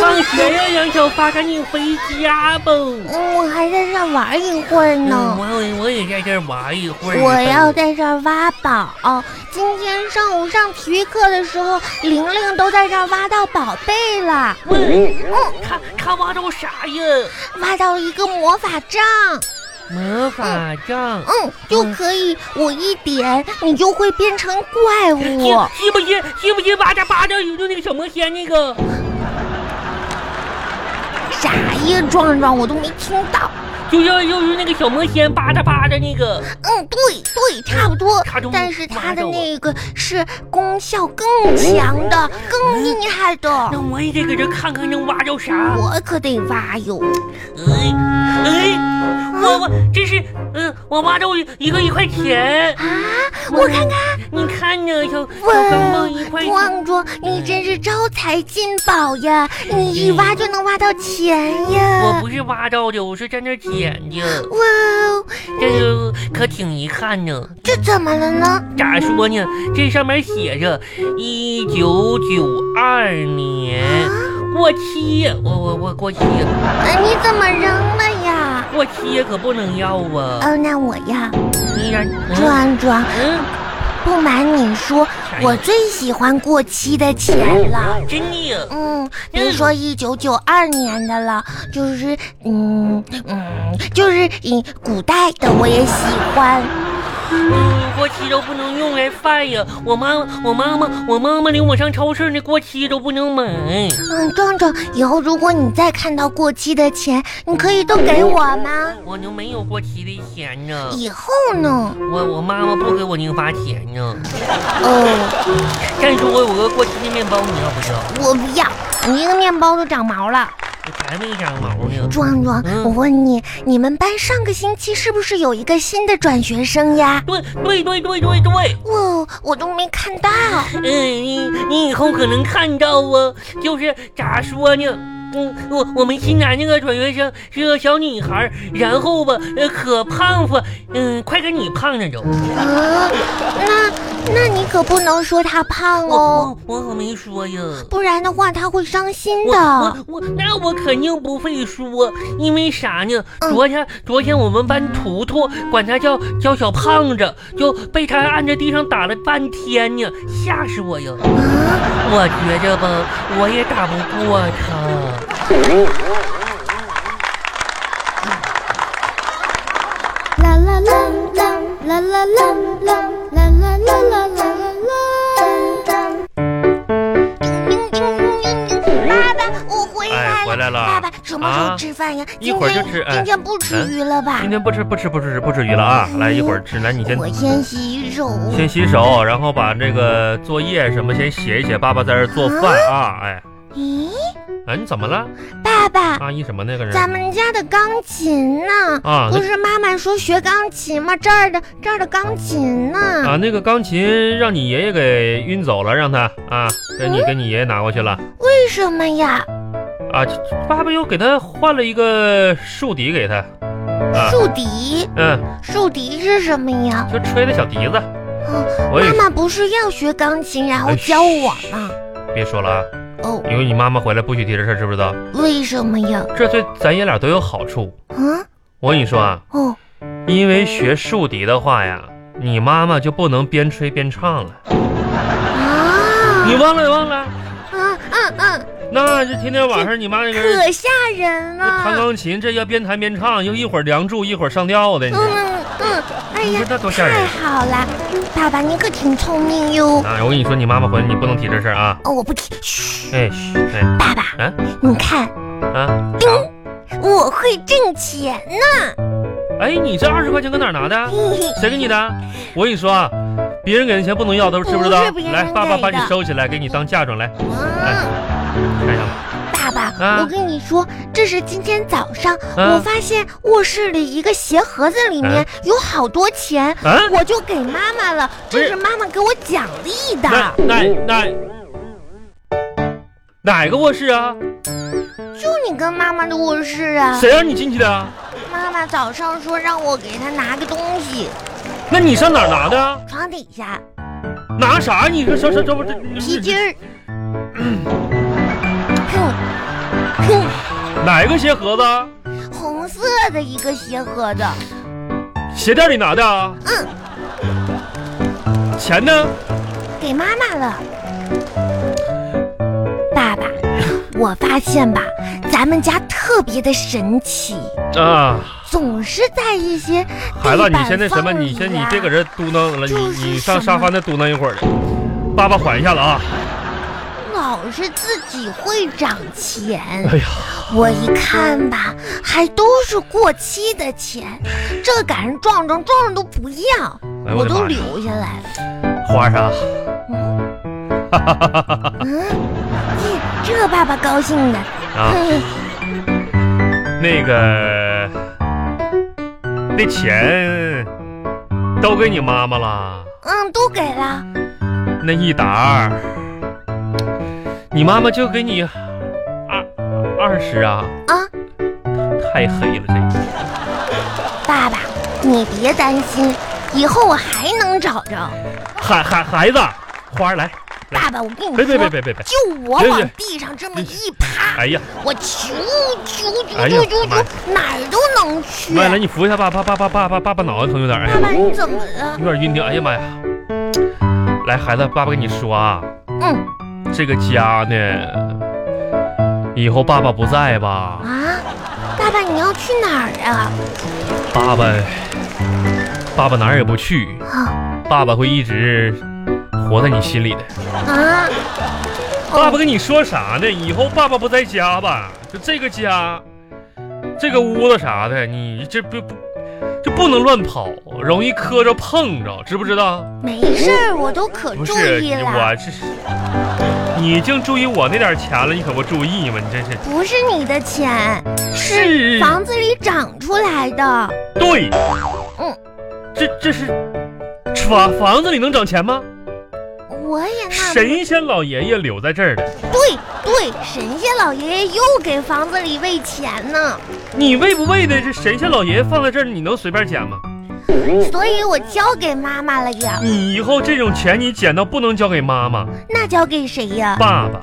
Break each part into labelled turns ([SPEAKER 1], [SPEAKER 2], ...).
[SPEAKER 1] 放学要扬手发赶紧回家吧。
[SPEAKER 2] 嗯，我还在这儿玩一会儿呢。
[SPEAKER 1] 嗯我我也在这儿玩一会儿。
[SPEAKER 2] 我要在这儿挖宝。今天上午上体育课的时候，玲玲都在这儿挖到宝贝了，
[SPEAKER 1] 喂，
[SPEAKER 2] 嗯
[SPEAKER 1] 他他挖到啥呀？
[SPEAKER 2] 挖到一个魔法杖。
[SPEAKER 1] 魔法杖。
[SPEAKER 2] 嗯，就可以我一点，你就会变成怪物。
[SPEAKER 1] 信不信？信不信？巴扎巴扎，有就那个小魔仙那个。
[SPEAKER 2] 啥呀，壮壮，我都没听到。
[SPEAKER 1] 就要就是那个小魔仙扒着扒着那个，
[SPEAKER 2] 嗯，对对，差不多
[SPEAKER 1] 嗯差不多。
[SPEAKER 2] 但是它的那个是功效更强的、更厉害的。
[SPEAKER 1] 那我也得搁这看看能挖着嗯啥。
[SPEAKER 2] 我可得挖哟！
[SPEAKER 1] 哎哎，我我这是嗯，我挖着一个一块钱，嗯
[SPEAKER 2] 啊，我看看，
[SPEAKER 1] 你看呢，小小钢
[SPEAKER 2] 哇
[SPEAKER 1] 镚一块，钱。
[SPEAKER 2] 壮壮，你真是招财进宝呀！你一挖就能挖到钱
[SPEAKER 1] 哎我
[SPEAKER 2] 呀！
[SPEAKER 1] 不是挖着的，我是在那儿捡的，
[SPEAKER 2] 哇哦，
[SPEAKER 1] 这个可挺遗憾呢。
[SPEAKER 2] 这怎么了呢？
[SPEAKER 1] 咋说呢？这上面写着一九九二年过期，我我我过期，
[SPEAKER 2] 啊，你怎么扔了呀？
[SPEAKER 1] 过期可不能要啊！
[SPEAKER 2] 哦，那我要。
[SPEAKER 1] 你让嗯
[SPEAKER 2] 壮壮，
[SPEAKER 1] 嗯。
[SPEAKER 2] 不瞒你说，我最喜欢过期的钱了。
[SPEAKER 1] 真的，
[SPEAKER 2] 嗯，别说一九九二年的了，就是嗯嗯，就是嗯古代的我也喜欢。
[SPEAKER 1] 嗯，过期都不能用来饭呀！我妈，我妈妈，我妈妈领我上超市，那过期都不能买。
[SPEAKER 2] 嗯，壮壮，以后如果你再看到过期的钱，你可以都给我吗？
[SPEAKER 1] 我能没有过期的钱呢？
[SPEAKER 2] 以后呢？
[SPEAKER 1] 我我妈妈不给我零花钱呢。
[SPEAKER 2] 哦，
[SPEAKER 1] 再说我有个过期的面包，你要不要？
[SPEAKER 2] 我不要，你一个面包都长毛了。
[SPEAKER 1] 我才没长毛呢。
[SPEAKER 2] 壮壮，
[SPEAKER 1] 嗯
[SPEAKER 2] 我问你，你们班上个星期是不是有一个新的转学生呀？
[SPEAKER 1] 对对对对对对，
[SPEAKER 2] 哦，我都没看到。
[SPEAKER 1] 嗯，你你以后可能看到啊，就是咋说呢？嗯，我我们新来那个转学生是个小女孩儿，然后吧，呃，可胖乎，嗯，快跟你胖着都。
[SPEAKER 2] 啊，那那你可不能说他胖哦。
[SPEAKER 1] 我我我可没说呀。
[SPEAKER 2] 不然的话他会伤心
[SPEAKER 1] 我
[SPEAKER 2] 的。
[SPEAKER 1] 我我那我肯定不会说，因为啥呢？
[SPEAKER 2] 嗯
[SPEAKER 1] 昨天昨天我们班图图管他叫叫小胖子，就被他按在地上打了半天呢，吓死我呀！
[SPEAKER 2] 啊，
[SPEAKER 1] 我觉着吧，我也打不过他。
[SPEAKER 3] 啦啦啦啦啦啦啦啦啦啦啦啦啦啦啦。
[SPEAKER 2] 爸爸，我回来
[SPEAKER 4] 哎回来了
[SPEAKER 2] 爸爸什么时候
[SPEAKER 4] 啊
[SPEAKER 2] 吃饭呀？
[SPEAKER 4] 一
[SPEAKER 2] 今
[SPEAKER 4] 会儿就
[SPEAKER 2] 天
[SPEAKER 4] 吃哎
[SPEAKER 2] 今天不吃鱼了吧
[SPEAKER 4] 今？天不吃不吃不吃不吃鱼了啊！来一会儿吃，来嗯你先
[SPEAKER 2] 我先洗手。
[SPEAKER 4] 先洗手，然后把这个作业什么先写一写，爸爸在这儿做饭啊！哎
[SPEAKER 2] 咦，
[SPEAKER 4] 哎，你怎么了？
[SPEAKER 2] 爸爸，
[SPEAKER 4] 阿姨什么那个人
[SPEAKER 2] 咱们家的钢琴呢？
[SPEAKER 4] 啊
[SPEAKER 2] 不是妈妈说学钢琴吗？这儿的这儿的钢琴呢？
[SPEAKER 4] 啊？那个钢琴让你爷爷给运走了，让他啊，给
[SPEAKER 3] 嗯
[SPEAKER 4] 你给你爷爷拿过去了
[SPEAKER 2] 为什么呀？
[SPEAKER 4] 啊！这爸爸又给他换了一个竖笛给他啊，
[SPEAKER 2] 竖笛，
[SPEAKER 4] 嗯，
[SPEAKER 2] 竖笛是什么呀？
[SPEAKER 4] 就吹的小笛子。
[SPEAKER 2] 嗯
[SPEAKER 4] 我也
[SPEAKER 2] 妈妈不是要学钢琴，然后
[SPEAKER 4] 哎
[SPEAKER 2] 教我吗？
[SPEAKER 4] 别说了啊，
[SPEAKER 2] 哦，
[SPEAKER 4] 以后你妈妈回来不许提这事儿，知不知道？
[SPEAKER 2] 为什么呀？
[SPEAKER 4] 这对咱爷俩都有好处。
[SPEAKER 2] 啊，
[SPEAKER 4] 我跟你说啊。
[SPEAKER 2] 哦。
[SPEAKER 4] 因为学竖笛的话呀，你妈妈就不能边吹边唱了。
[SPEAKER 2] 啊
[SPEAKER 4] 你忘了忘了？
[SPEAKER 2] 啊嗯嗯，
[SPEAKER 4] 那这天天晚上你妈那个人
[SPEAKER 2] 可吓人啊
[SPEAKER 4] 弹
[SPEAKER 2] 了。
[SPEAKER 4] 钢琴，这要边弹边唱，又一会儿梁祝，一会儿上吊的。你
[SPEAKER 2] 嗯嗯嗯，哎
[SPEAKER 4] 你
[SPEAKER 2] 呀
[SPEAKER 4] 说，这多吓人
[SPEAKER 2] 太！好了，爸爸你可挺聪明哟。
[SPEAKER 4] 啊，我跟你说，你妈妈回来你不能提这事儿啊。
[SPEAKER 2] 哦，我不提。嘘，
[SPEAKER 4] 哎，嘘，哎，
[SPEAKER 2] 爸爸
[SPEAKER 4] 啊，
[SPEAKER 2] 你看
[SPEAKER 4] 啊，
[SPEAKER 2] 我会挣钱呢。
[SPEAKER 4] 哎，你这二十块钱搁哪儿拿的？谁给你的？我跟你说啊，别人给的钱不能要的，知不知道
[SPEAKER 2] 不是别？人
[SPEAKER 4] 来，爸爸把你
[SPEAKER 2] 给的
[SPEAKER 4] 收起来，给你当嫁妆来，
[SPEAKER 2] 嗯，
[SPEAKER 4] 看上吧。
[SPEAKER 2] 爸爸，
[SPEAKER 4] 啊
[SPEAKER 2] 我跟你说，这是今天早上
[SPEAKER 4] 啊
[SPEAKER 2] 我发现卧室里一个鞋盒子里面
[SPEAKER 4] 啊
[SPEAKER 2] 有好多钱，
[SPEAKER 4] 啊，
[SPEAKER 2] 我就给妈妈了，这
[SPEAKER 4] 不是
[SPEAKER 2] 是妈妈给我奖励的。
[SPEAKER 4] 那那那哪个卧室啊？
[SPEAKER 2] 就你跟妈妈的卧室啊，
[SPEAKER 4] 谁让你进去的啊？
[SPEAKER 2] 妈妈早上说让我给她拿个东西，
[SPEAKER 4] 那你上哪儿拿的啊？
[SPEAKER 2] 床底下。
[SPEAKER 4] 拿啥？你这这这这不这
[SPEAKER 2] 皮
[SPEAKER 4] 这
[SPEAKER 2] 筋儿。
[SPEAKER 4] 哪个鞋盒子啊？
[SPEAKER 2] 红色的一个鞋盒子，
[SPEAKER 4] 鞋店里拿的啊？
[SPEAKER 2] 嗯
[SPEAKER 4] 钱呢？
[SPEAKER 2] 给妈妈了。爸爸，我发现吧，咱们家特别的神奇，
[SPEAKER 4] 啊，
[SPEAKER 2] 总是在一些
[SPEAKER 4] 孩子，
[SPEAKER 2] 地
[SPEAKER 4] 你
[SPEAKER 2] 板
[SPEAKER 4] 先那什么，
[SPEAKER 2] 缝
[SPEAKER 4] 你先
[SPEAKER 2] 里
[SPEAKER 4] 你
[SPEAKER 2] 呀
[SPEAKER 4] 别搁这嘟囔了，你
[SPEAKER 2] 就是
[SPEAKER 4] 你上
[SPEAKER 2] 什
[SPEAKER 4] 沙
[SPEAKER 2] 么
[SPEAKER 4] 发那嘟囔一会儿去。爸爸缓一下子啊！
[SPEAKER 2] 老是自己会涨钱。
[SPEAKER 4] 哎呀，
[SPEAKER 2] 我一看吧，还都是过期的钱，这赶上撞撞撞撞都不要，
[SPEAKER 4] 哎呦我
[SPEAKER 2] 我
[SPEAKER 4] 的
[SPEAKER 2] 都
[SPEAKER 4] 妈呀
[SPEAKER 2] 留下来了。
[SPEAKER 4] 花儿啊，
[SPEAKER 2] 嗯， 嗯，这这爸爸高兴的，
[SPEAKER 4] 啊，
[SPEAKER 2] 嗯
[SPEAKER 4] 那个那钱都给你妈妈了，
[SPEAKER 2] 嗯，都给了。
[SPEAKER 4] 那一沓儿，你妈妈就给你二二十啊？
[SPEAKER 2] 啊，
[SPEAKER 4] 太黑了这。
[SPEAKER 2] 爸爸，你别担心，以后我还能找着。
[SPEAKER 4] 孩孩孩子，花儿来，来
[SPEAKER 2] 爸爸，我跟你
[SPEAKER 4] 别别别
[SPEAKER 2] 说，
[SPEAKER 4] 别别别！
[SPEAKER 2] 就我
[SPEAKER 4] 别别
[SPEAKER 2] 往地上这么一趴，
[SPEAKER 4] 哎呀，
[SPEAKER 2] 我求求
[SPEAKER 4] 哎
[SPEAKER 2] 求
[SPEAKER 4] 呀
[SPEAKER 2] 求求
[SPEAKER 4] 妈呀
[SPEAKER 2] 求，哪儿都能去。
[SPEAKER 4] 妈呀，来你扶一下爸爸爸爸爸爸爸爸脑袋疼有点儿，哎
[SPEAKER 2] 爸爸，
[SPEAKER 4] 呀
[SPEAKER 2] 你怎么了？
[SPEAKER 4] 有点晕的，哎呀妈呀！来，孩子，爸爸跟你说啊，
[SPEAKER 2] 嗯
[SPEAKER 4] 这个家呢，以后爸爸不在吧？
[SPEAKER 2] 啊，爸爸你要去哪儿啊？
[SPEAKER 4] 爸爸，爸爸哪儿也不去，
[SPEAKER 2] 啊
[SPEAKER 4] 爸爸会一直活在你心里的。
[SPEAKER 2] 啊！哦
[SPEAKER 4] 爸爸跟你说啥呢？以后爸爸不在家吧，就这个家，这个屋子啥的，你这不不就不能乱跑，容易磕着碰着，知不知道？
[SPEAKER 2] 没事儿，我都可
[SPEAKER 4] 不
[SPEAKER 2] 注
[SPEAKER 4] 是，
[SPEAKER 2] 意
[SPEAKER 4] 你
[SPEAKER 2] 了。
[SPEAKER 4] 我这是，你净注意我那点钱了，你可不注意吗？你真是，
[SPEAKER 2] 不是你的钱，
[SPEAKER 4] 是
[SPEAKER 2] 房子里长出来的。
[SPEAKER 4] 对，
[SPEAKER 2] 嗯，
[SPEAKER 4] 这这是房房子里能整钱吗？
[SPEAKER 2] 我也纳闷。
[SPEAKER 4] 神仙老爷爷留在这儿的，
[SPEAKER 2] 对对，神仙老爷爷又给房子里喂钱呢，
[SPEAKER 4] 你喂不喂的？这神仙老爷爷放在这儿，你能随便捡吗？
[SPEAKER 2] 所以我交给妈妈了呀。
[SPEAKER 4] 你以后这种钱你捡到不能交给妈妈、
[SPEAKER 2] 那交给谁呀？
[SPEAKER 4] 爸爸，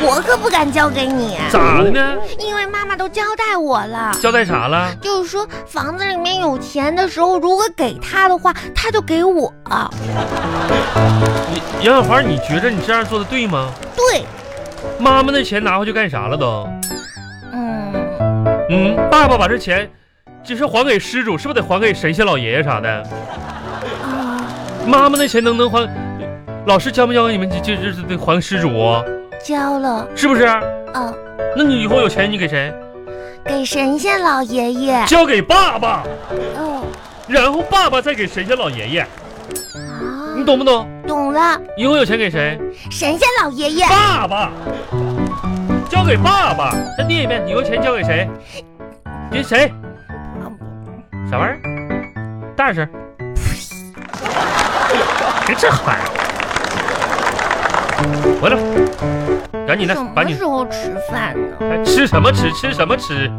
[SPEAKER 2] 我可不敢交给你，
[SPEAKER 4] 咋的呢？
[SPEAKER 2] 因为妈妈都交代我了。
[SPEAKER 4] 交代啥了？
[SPEAKER 2] 就是说，房子里面有钱的时候，如果给他的话，他就给我。
[SPEAKER 4] 你杨小凡，你觉着你这样做的对吗？
[SPEAKER 2] 对，
[SPEAKER 4] 妈妈那钱拿回去干啥了都？
[SPEAKER 2] 嗯，
[SPEAKER 4] 嗯，爸爸把这钱，只是还给失主，是不是得还给神仙老爷爷啥的？
[SPEAKER 2] 啊，
[SPEAKER 4] 妈妈那钱能不能还？老师教没教给你们这这这这得还失主？哦
[SPEAKER 2] 交了，
[SPEAKER 4] 是不是？
[SPEAKER 2] 啊，
[SPEAKER 4] 那你以后有钱你给谁？
[SPEAKER 2] 给神仙老爷爷。
[SPEAKER 4] 交给爸爸，
[SPEAKER 2] 哦，
[SPEAKER 4] 然后爸爸再给神仙老爷爷，你
[SPEAKER 2] 啊，
[SPEAKER 4] 懂不懂？
[SPEAKER 2] 懂了，
[SPEAKER 4] 以后有钱给谁？
[SPEAKER 2] 神仙老爷爷，
[SPEAKER 4] 爸爸，交给爸爸。再念一遍，以后钱交给谁？给谁？啥玩意儿？大 声！别这孩子，回来，赶紧的
[SPEAKER 2] 什，
[SPEAKER 4] 赶
[SPEAKER 2] 么
[SPEAKER 4] 紧
[SPEAKER 2] 时候吃饭呢？
[SPEAKER 4] 哎吃什么吃？吃什么吃？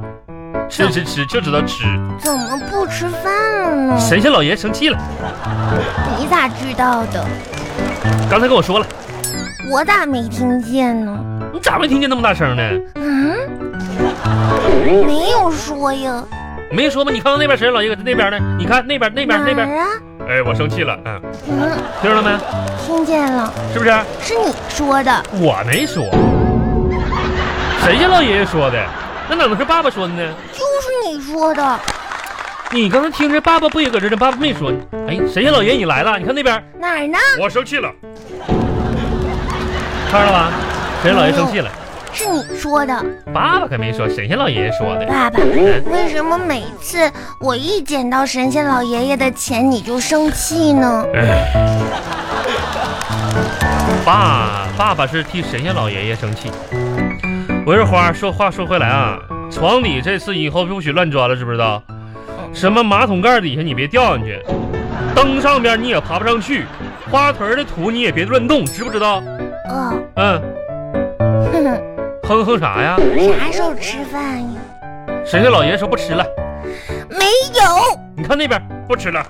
[SPEAKER 4] 吃吃吃，就知道吃。
[SPEAKER 2] 怎么不吃饭了呢？
[SPEAKER 4] 神仙老爷生气了，
[SPEAKER 2] 你咋知道的？
[SPEAKER 4] 刚才跟我说了，
[SPEAKER 2] 我咋没听见呢？
[SPEAKER 4] 你咋没听见那么大声呢？
[SPEAKER 2] 嗯，没有说呀，
[SPEAKER 4] 没说吗？你看看那边神仙老爷搁那边呢，你看那边那
[SPEAKER 2] 哪
[SPEAKER 4] 边那边。
[SPEAKER 2] 儿啊？
[SPEAKER 4] 哎，我生气了，嗯，
[SPEAKER 2] 嗯，
[SPEAKER 4] 听着了没？
[SPEAKER 2] 听见了，
[SPEAKER 4] 是不是？
[SPEAKER 2] 是你说的。
[SPEAKER 4] 我没说，谁家老爷爷说的？那哪能是爸爸说的呢？
[SPEAKER 2] 就是你说的，
[SPEAKER 4] 你刚才听着，爸爸不也搁这呢？爸爸没说。哎，谁家老爷你来了？你看那边，
[SPEAKER 2] 哪儿呢？
[SPEAKER 4] 我生气了，看着了吧？谁家老爷生气了？
[SPEAKER 2] 是你说的，
[SPEAKER 4] 爸爸可没说，神仙老爷爷说的。
[SPEAKER 2] 爸爸。
[SPEAKER 4] 嗯
[SPEAKER 2] 为什么每次我一捡到神仙老爷爷的钱你就生气呢？
[SPEAKER 4] 哎，爸，爸爸是替神仙老爷爷生气。我说花儿，说话说回来啊，床底这次以后不许乱钻了，知不知道？什么马桶盖底下你别掉进去，灯上边你也爬不上去，花盆的土你也别乱动，知不知道？
[SPEAKER 2] 哦，
[SPEAKER 4] 嗯，
[SPEAKER 2] 哼哼，
[SPEAKER 4] 哼哼啥呀？
[SPEAKER 2] 啥时候吃饭呀？
[SPEAKER 4] 神仙老爷说不吃了，
[SPEAKER 2] 没有，
[SPEAKER 4] 你看那边不吃了，